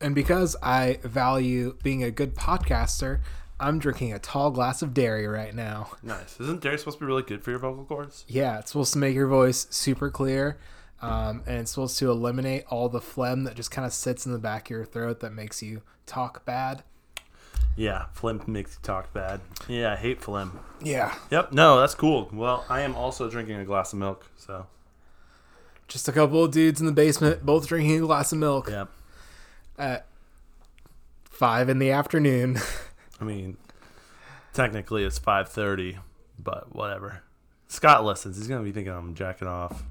And because I value being a good podcaster, I'm drinking a tall glass of dairy right now. Nice. Isn't dairy supposed to be really good for your vocal cords? Yeah, it's supposed to make your voice super clear. Um, and it's supposed to eliminate all the phlegm that just kind of sits in the back of your throat that makes you talk bad. Yeah, phlegm makes you talk bad. Yeah, I hate phlegm. Yeah. Yep. No, that's cool. Well, I am also drinking a glass of milk. So. Just a couple of dudes in the basement, both drinking a glass of milk. Yep. Five in the afternoon. I mean, technically it's five thirty, but whatever. Scott listens. He's gonna be thinking I'm jacking off.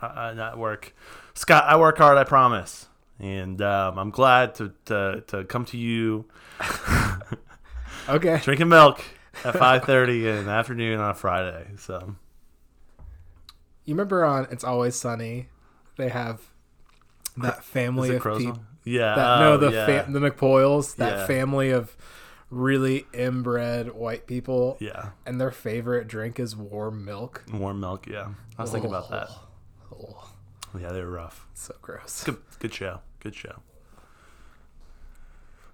I, I not work. Scott, I work hard. I promise. And um, I'm glad to, to to come to you okay. drinking milk at five thirty in the afternoon on a Friday. So You remember on It's Always Sunny, they have that is family it of Crow's people. one? Yeah. That, no, oh, the yeah. fam- the McPoyles, that Yeah. family of really inbred white people, yeah. and their favorite drink is warm milk. Warm milk. Yeah. I was thinking about that. Oh, Yeah, they were rough. so gross. Good, good show. Good show.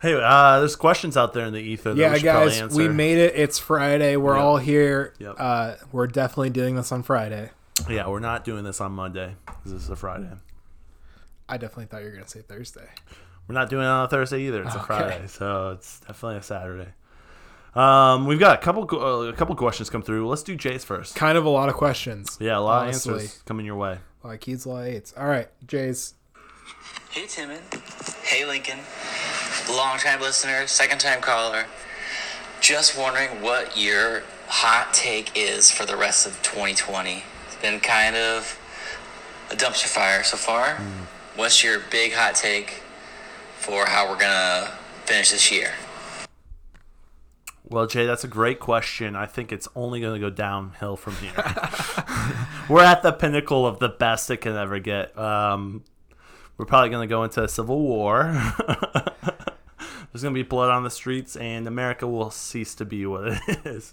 Hey, uh, there's questions out there in the ether. That Yeah, we should probably guys, answer. we made it. It's Friday. We're Yep. all here. Yep. Uh, we're definitely doing this on Friday. Yeah, we're not doing this on Monday. 'cause This is a Friday. I definitely thought you were gonna say Thursday. We're not doing it on a Thursday either. It's a Okay. Friday, so it's definitely a Saturday. Um, we've got a couple uh, a couple questions come through. Let's do Jay's first. Kind of a lot of questions. Yeah, a lot Honestly. of answers coming your way. Like he's like, it's all right, Jay's. Hey Timon. Hey Lincoln. Long time listener, second time caller. Just wondering what your hot take is for the rest of 2020. It's been kind of a dumpster fire so far. What's your big hot take for how we're gonna finish this year? Well, Jay, that's a great question. I think it's only going to go downhill from here. we're at the pinnacle of the best it can ever get. Um, we're probably going to go into a civil war. There's going to be blood on the streets, and America will cease to be what it is.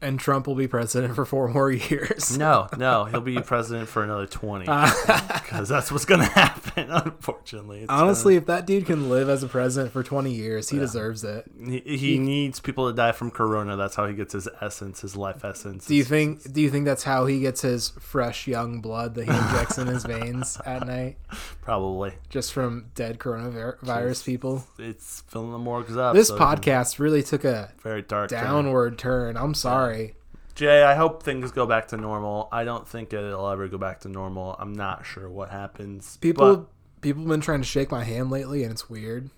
And Trump will be president for four more years. No, no, he'll be president for another 20. Because that's what's going to happen, unfortunately. It's gonna- Honestly, if that dude can live as a president for 20 years, he deserves it. he, he needs people to die from corona. That's how he gets his essence, his life essence. Do you think do you think that's how he gets his fresh young blood that he injects in his veins at night Probably. just from dead coronavirus people? It's filling the morgues up. This so- podcast really took a very dark turn. downward turn. I'm sorry. Jay, I hope things go back to normal. I don't think it'll ever go back to normal. I'm not sure what happens. People but people have been trying to shake my hand lately and it's weird.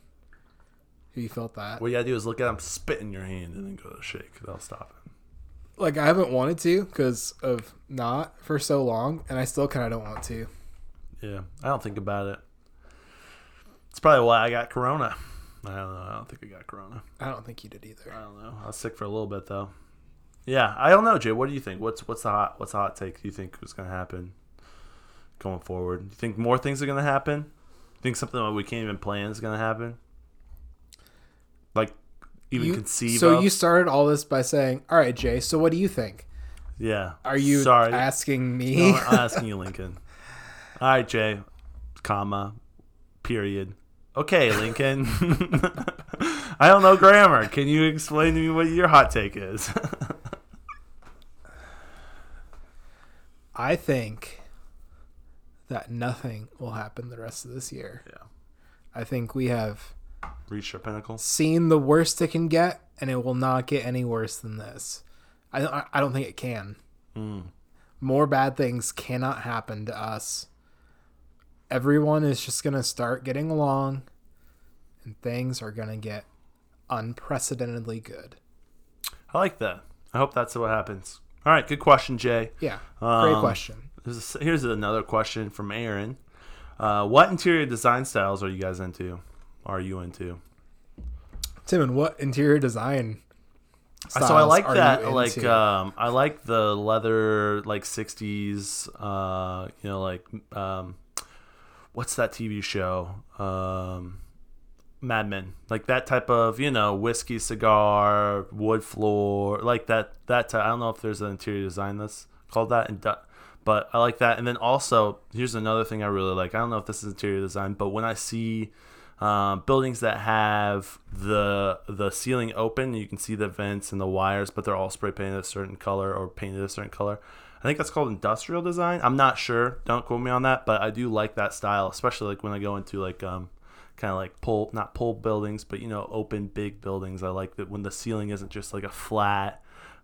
Have you felt that? what you gotta do is look at them, spit in your hand, and then go to shake. That'll stop it. Like I haven't wanted to cuz of not for so long and I still kind of don't want to. Yeah, I don't think about it. It's probably why I got corona. I don't know. I don't think I got corona. I don't think you did either. I don't know. I was sick for a little bit though. Yeah, I don't know, Jay. What do you think? What's what's the hot what's the hot take you think is gonna happen going forward? You think more things are gonna happen? You think something that we can't even plan is gonna happen? Like even You- conceive so of? you started all this by saying, "All right, Jay. So what do you think? yeah. Are you sorry? asking me? I'm asking you, Lincoln. All right, Jay. Comma. Period. Okay, Lincoln. I don't know grammar. Can you explain to me what your hot take is? I think that nothing will happen the rest of this year. Yeah. I think we have Reach your pinnacle. seen the worst it can get, and it will not get any worse than this. I don't, I don't think it can. Hmm. More bad things cannot happen to us. Everyone is just gonna start getting along, and things are gonna get unprecedentedly good. I like that. I hope that's what happens. All right, good question, Jay. Yeah, great Um, question. Here's, here's another question from Aaron. Uh, what interior design styles are you guys into? Are you into? Tim, and what interior design? Styles so I like are you that. into? Like um, I like the leather, like '60s. Uh, you know, like um, what's that TV show? Um, Mad Men. Like that type of you know whiskey cigar, wood floor, like that. That type. I don't know if there's an interior design that's called that, and du- But I like that. And then also, here's another thing I really like. I don't know if this is interior design, but when I see um, buildings that have the the ceiling open, you can see the vents and the wires, but they're all spray painted a certain color or painted a certain color. I think that's called industrial design. I'm not sure. Don't quote me on that, but I do like that style, especially like when I go into like um, kind of like pull not pull buildings, but you know open big buildings. I like that when the ceiling isn't just like a flat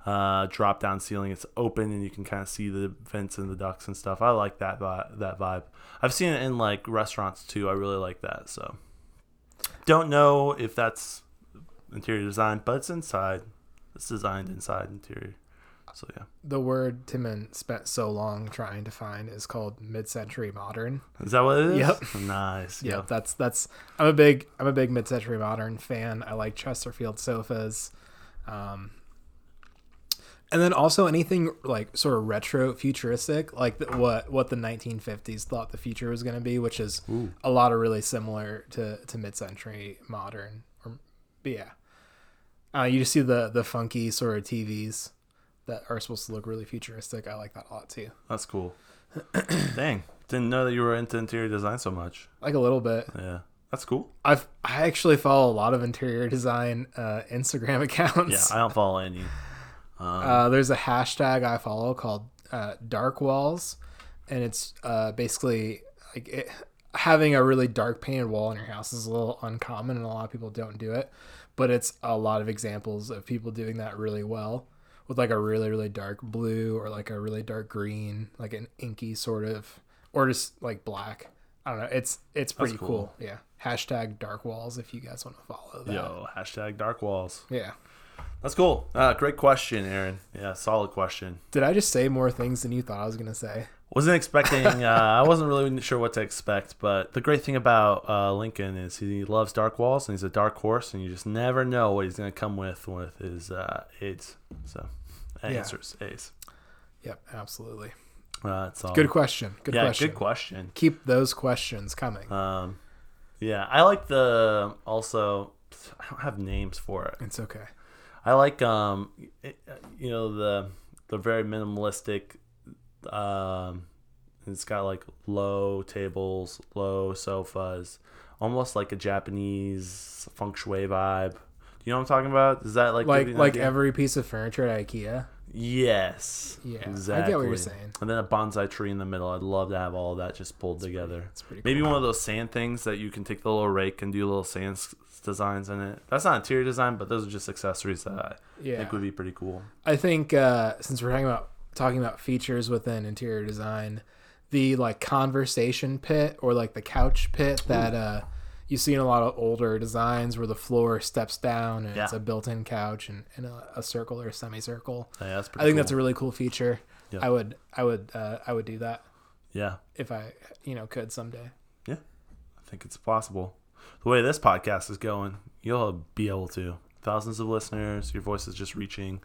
uh, drop down ceiling. It's open and you can kind of see the vents and the ducts and stuff. I like that vi- that vibe. I've seen it in like restaurants too. I really like that. So don't know if that's interior design, but it's inside. It's designed inside interior. So yeah, The word Timon spent so long trying to find is called mid-century modern. is that what it is? Yep. Nice. Yeah, Yeah. that's that's. I'm a big I'm a big mid-century modern fan. I like Chesterfield sofas, um, and then also anything like sort of retro futuristic, like the, what what the 1950s thought the future was going to be, which is a lot of really similar to to mid-century modern. Or, but yeah, uh, you just see the the funky sort of TVs that are supposed to look really futuristic. I like that a lot too. That's cool. Dang, didn't know that you were into interior design so much. Like a little bit. Yeah, that's cool. I've I actually follow a lot of interior design uh, Instagram Yeah, accounts. I don't follow any. uh, there's a hashtag I follow called uh, Dark Walls, and it's uh, basically like it, having a really dark painted wall in your house is a little uncommon, and a lot of people don't do it. But it's a lot of examples of people doing that really well with like a really really dark blue or like a really dark green, like an inky sort of, or just like black. I don't know. It's it's pretty cool. cool. Yeah. Hashtag Dark Walls if you guys want to follow that. Yo, oh, hashtag dark walls. Yeah. That's cool. Uh, great question, Aaron. Yeah, solid question. Did I just say more things than you thought I was gonna say? Wasn't expecting. Uh, I wasn't really sure what to expect, but the great thing about uh, Lincoln is he loves dark walls and he's a dark horse, and you just never know what he's going to come with with his uh, aids. So, answers aids. Yep, absolutely. Uh, it's all Good question. Good yeah, question. good question. Keep those questions coming. Um, yeah, I like the also. I don't have names for it. it's okay. I like um, it, you know the the very minimalistic. Um, it's got like low tables, low sofas, almost like a Japanese feng shui vibe. Do you know what I'm talking about? Is that like Like give you an like idea? every piece of furniture at IKEA. yes, Yeah, I get what exactly. you're saying. And then a bonsai tree in the middle. I'd love to have all that just pulled together. that's pretty Maybe one of those sand things that you can take the little rake and do little sand s- designs in it. That's not interior design, but those are just accessories that I Yeah. think would be pretty cool. I think uh, since we're talking about talking about features within interior design, the like conversation pit or like the couch pit that uh, you see in a lot of older designs where the floor steps down and it's Yeah. a built-in couch and, and a, a circle or a semicircle. Yeah, that's pretty I think cool. that's a really cool feature. Yeah. I would I would uh, I would do that yeah, if I you know could someday. yeah. I think it's possible. The way this podcast is going, you'll be able to. Thousands of listeners, your voice is just reaching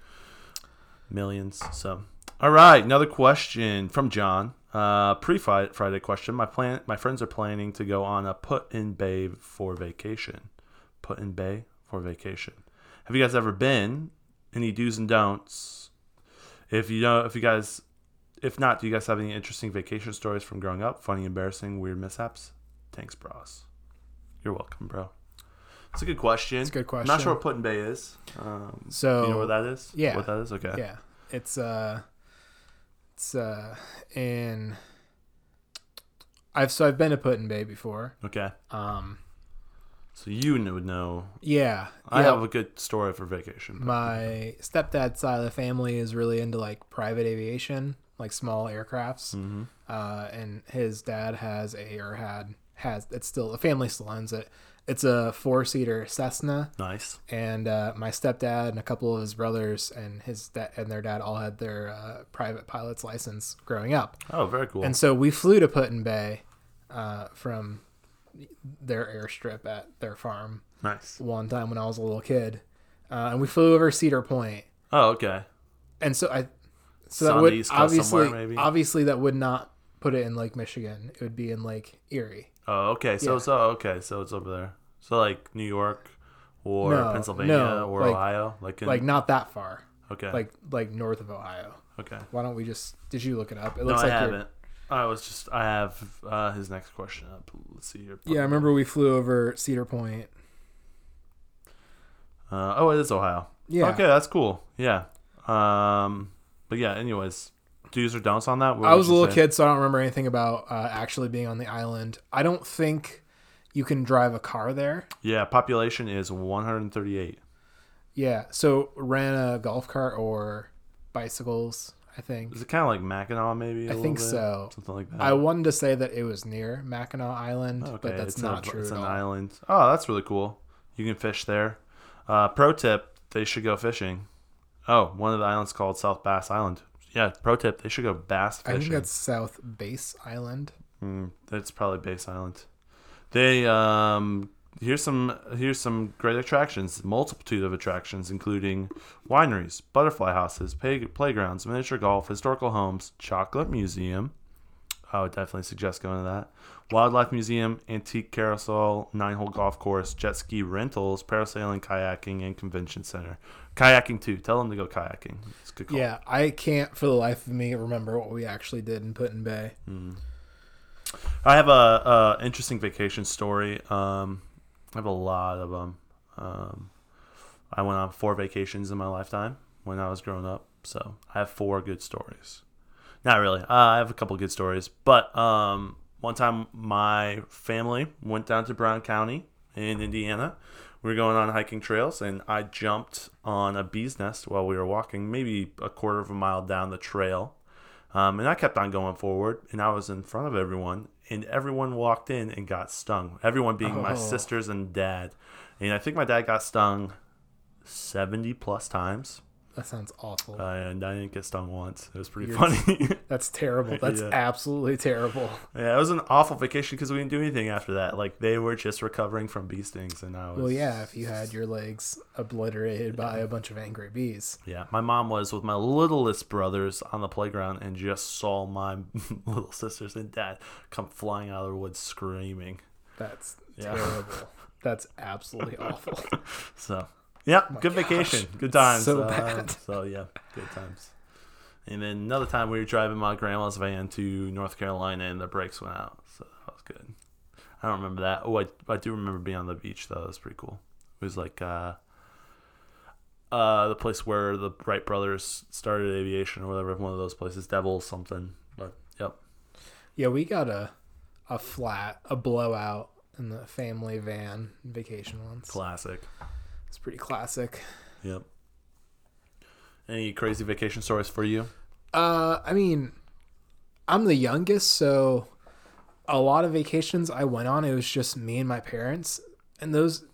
millions. So, all right, another question from John. Uh, pre-Friday question. My plan. My friends are planning to go on a put in bay for vacation. Put in bay for vacation. Have you guys ever been? Any do's and don'ts? If you know, if you guys If not, do you guys have any interesting vacation stories from growing up? Funny, embarrassing, weird mishaps? Thanks, bros. You're welcome, bro. It's a good question. It's a good I'm not question. sure what Put in Bay is. Um, So you know where that is? yeah. What that is? Okay. Yeah, it's uh, it's uh, in. I've so I've been to Putin Bay before. Okay. Um, So you kn- would know. yeah, I yeah. have a good story for vacation. but- my stepdad's side of the family is really into like private aviation, like small aircrafts. Mm-hmm. Uh, and his dad has a or had has it's still the family still owns it. It's a four seater Cessna. nice. and uh, my stepdad and a couple of his brothers and his da- and their dad all had their uh, private pilot's license growing up, Oh, very cool. and so we flew to Putin Bay uh, from their airstrip at their farm nice. one time when I was a little kid, uh, and we flew over Cedar Point, Oh, okay. and so I so Sound that would East Coast obviously somewhere, maybe? obviously that would not put it in Lake Michigan; it would be in Lake Erie. Oh, okay. So, Yeah. so, okay. So it's over there. So, like New York or No, Pennsylvania no, or like- Ohio? Like, in, like not that far. Okay. like like north of Ohio. okay. Why don't we just? Did you look it up? It No, looks I like you're- haven't. I was just. I have uh, his next question up. Let's see here. Yeah, I remember we flew over Cedar Point. Uh, oh, it is Ohio. Yeah. Okay, that's cool. Yeah. Um. But yeah. Anyways, do's or don'ts on that. What I would was a you little say? kid, so I don't remember anything about uh, actually being on the island. I don't think you can drive a car there. Yeah. Population is 138. Yeah, so ran a golf cart or bicycles. I think. Is it kind of like Mackinac? Maybe. I think so. Something like that. I wanted to say that it was near Mackinac Island, but that's it's not a- true It's at an all. island. Oh, that's really cool. You can fish there. Uh, pro tip: They should go fishing. Oh, one of the islands called South Bass Island. Yeah, pro tip: They should go bass I fishing. think that's South Base Island. Mm, that's probably Bass Island. They um here's some here's some great attractions, multitude of attractions, including wineries, butterfly houses, pay, playgrounds, miniature golf, historical homes, chocolate museum. I would definitely suggest going to that. Wildlife museum, antique carousel, nine hole golf course, jet ski rentals, parasailing, kayaking, and convention center. Kayaking too. Tell them to go kayaking. It's a good call. Yeah, I can't for the life of me remember what we actually did in Put in Bay. Hmm. I have a, a interesting vacation story. Um, I have a lot of them. Um, I went on four vacations in my lifetime when I was growing up, so I have four good stories. Not really. Uh, I have a couple good stories, but um, one time my family went down to Brown County in Indiana. We were going on hiking trails, and I jumped on a bee's nest while we were walking, maybe a quarter of a mile down the trail. Um, and I kept on going forward, and I was in front of everyone, and everyone walked in and got stung. Everyone being my Oh. sisters and dad. And I think my dad got stung 70 plus times, That sounds awful. uh, and I didn't get stung once. It was pretty You're- funny. That's terrible. That's Yeah. absolutely terrible. yeah, it was an awful vacation because we didn't do anything after that. Like, they were just recovering from bee stings, and I was. Well, yeah, if you had your legs obliterated by a bunch of angry bees. Yeah, my mom was with my littlest brothers on the playground and just saw my little sisters and dad come flying out of the woods screaming. That's Yeah. terrible. That's absolutely awful. So, yeah, good vacation, good times. So Uh, bad. So yeah, good times. And then another time we were driving my grandma's van to North Carolina and the brakes went out, so that was good. I don't remember that. Oh, I, I do remember being on the beach though. That was pretty cool. It was like uh, uh, the place where the Wright brothers started aviation or whatever. One of those places, Devil something. But yep, Yeah, we got a a flat, a blowout in the family van vacation once. classic. It's pretty classic. Yep. Any crazy vacation stories for you? Uh, I mean, I'm the youngest, so a lot of vacations I went on, it was just me and my parents, and those.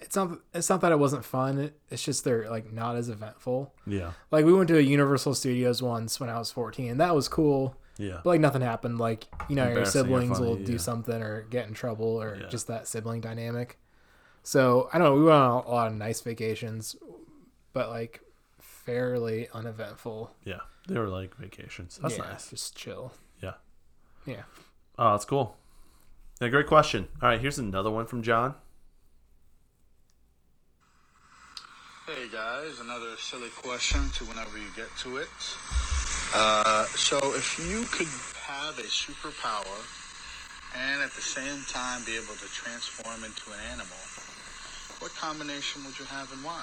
It's not. It's not that it wasn't fun. It, it's just they're like not as eventful. Yeah. Like we went to a Universal Studios once when I was 14, and that was cool. Yeah. But like nothing happened. Like you know, your Embarrassing or siblings funny, will do yeah. something or get in trouble or Yeah. just that sibling dynamic. So I don't know. We went on a lot of nice vacations, but like fairly uneventful. Yeah, they were like vacations. That's Yeah, nice. Just chill. Yeah. Yeah. Oh, that's cool. Yeah, great question. All right, here's another one from John. Hey guys, another silly question to whenever you get to it. Uh, so, if you could have a superpower and at the same time be able to transform into an animal, what combination would you have and why?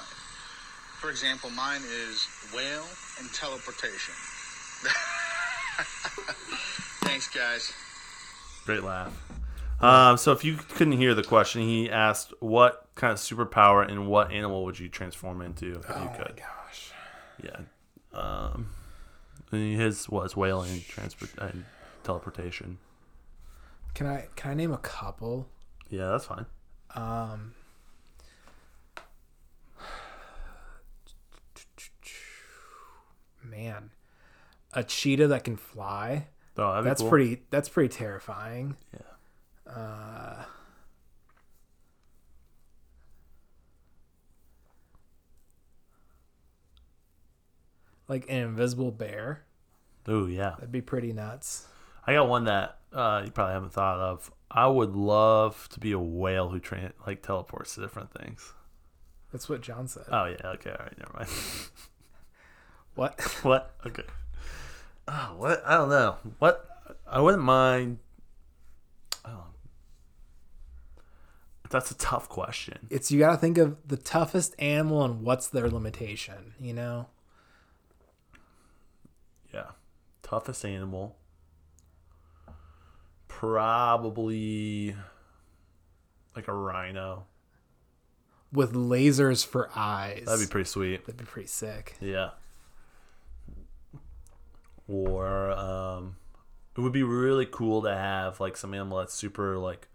For example, mine is whale and teleportation. Thanks, guys. Great laugh. Um, so if you couldn't hear the question, he asked what kind of superpower and what animal would you transform into if Oh you could? gosh. Yeah. Um, and his was whale and, transport and teleportation. Can I can I name a couple? Yeah, that's fine. Um Man, a cheetah that can fly. Oh, that'd be That's cool. pretty that's pretty terrifying. Uh, Yeah. Like an invisible bear. Oh yeah. That'd be pretty nuts. I got one that uh, you probably haven't thought of. I would love to be a whale who tran like teleports to different things. Uh, That's what John said. Oh yeah, okay, all right, never mind. What? What? Okay. Oh, what? I don't know. What? I wouldn't mind. Oh. That's a tough question. It's you got to think of the toughest animal and what's their limitation. You know, Yeah. Toughest animal. Probably like a rhino. with lasers for eyes. That'd be pretty sweet. That'd be pretty sick. Yeah. Or um, it would be really cool to have like some animal that's super like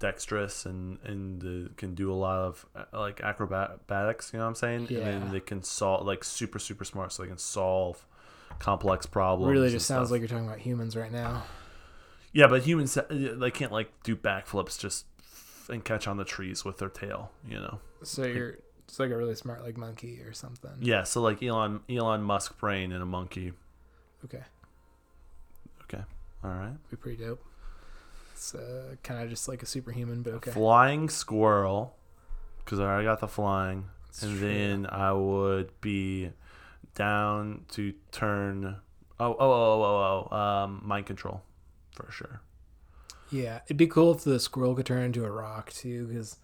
dexterous and and uh, can do a lot of uh, like acrobatics. You know what I'm saying? And Yeah. then they can solve like super super smart, so they can solve complex problems. Really, and just sounds stuff. like you're talking about humans right now. yeah, but humans uh, they can't like do backflips just f- and catch on the trees with their tail. You know? So you're it's like a really smart like monkey or something. Yeah. So like Elon Elon Musk brain and a monkey. Okay, Okay. All right. be pretty dope. It's uh, kind of just like a superhuman, but okay. flying squirrel because I already got the flying, and true. then I would be down to turn. Oh oh oh oh oh! Um, mind control, for sure. Yeah, it'd be cool if the squirrel could turn into a rock too, because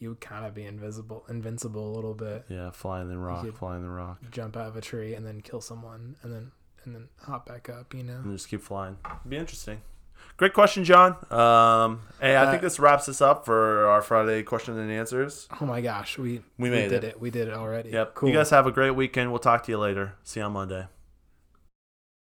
you would kind of be invisible, invincible a little bit. Yeah, flying the rock, could- flying the rock, Jump out of a tree and then kill someone, and then and then hop back up. You know. and just keep flying. It'd be interesting. Great question, John. Um, hey, I think Uh, this wraps us up for our Friday questions and answers. Oh my gosh, we We made did it. it. We did it already. Yep. Cool. You guys have a great weekend. We'll talk to you later. See you on Monday.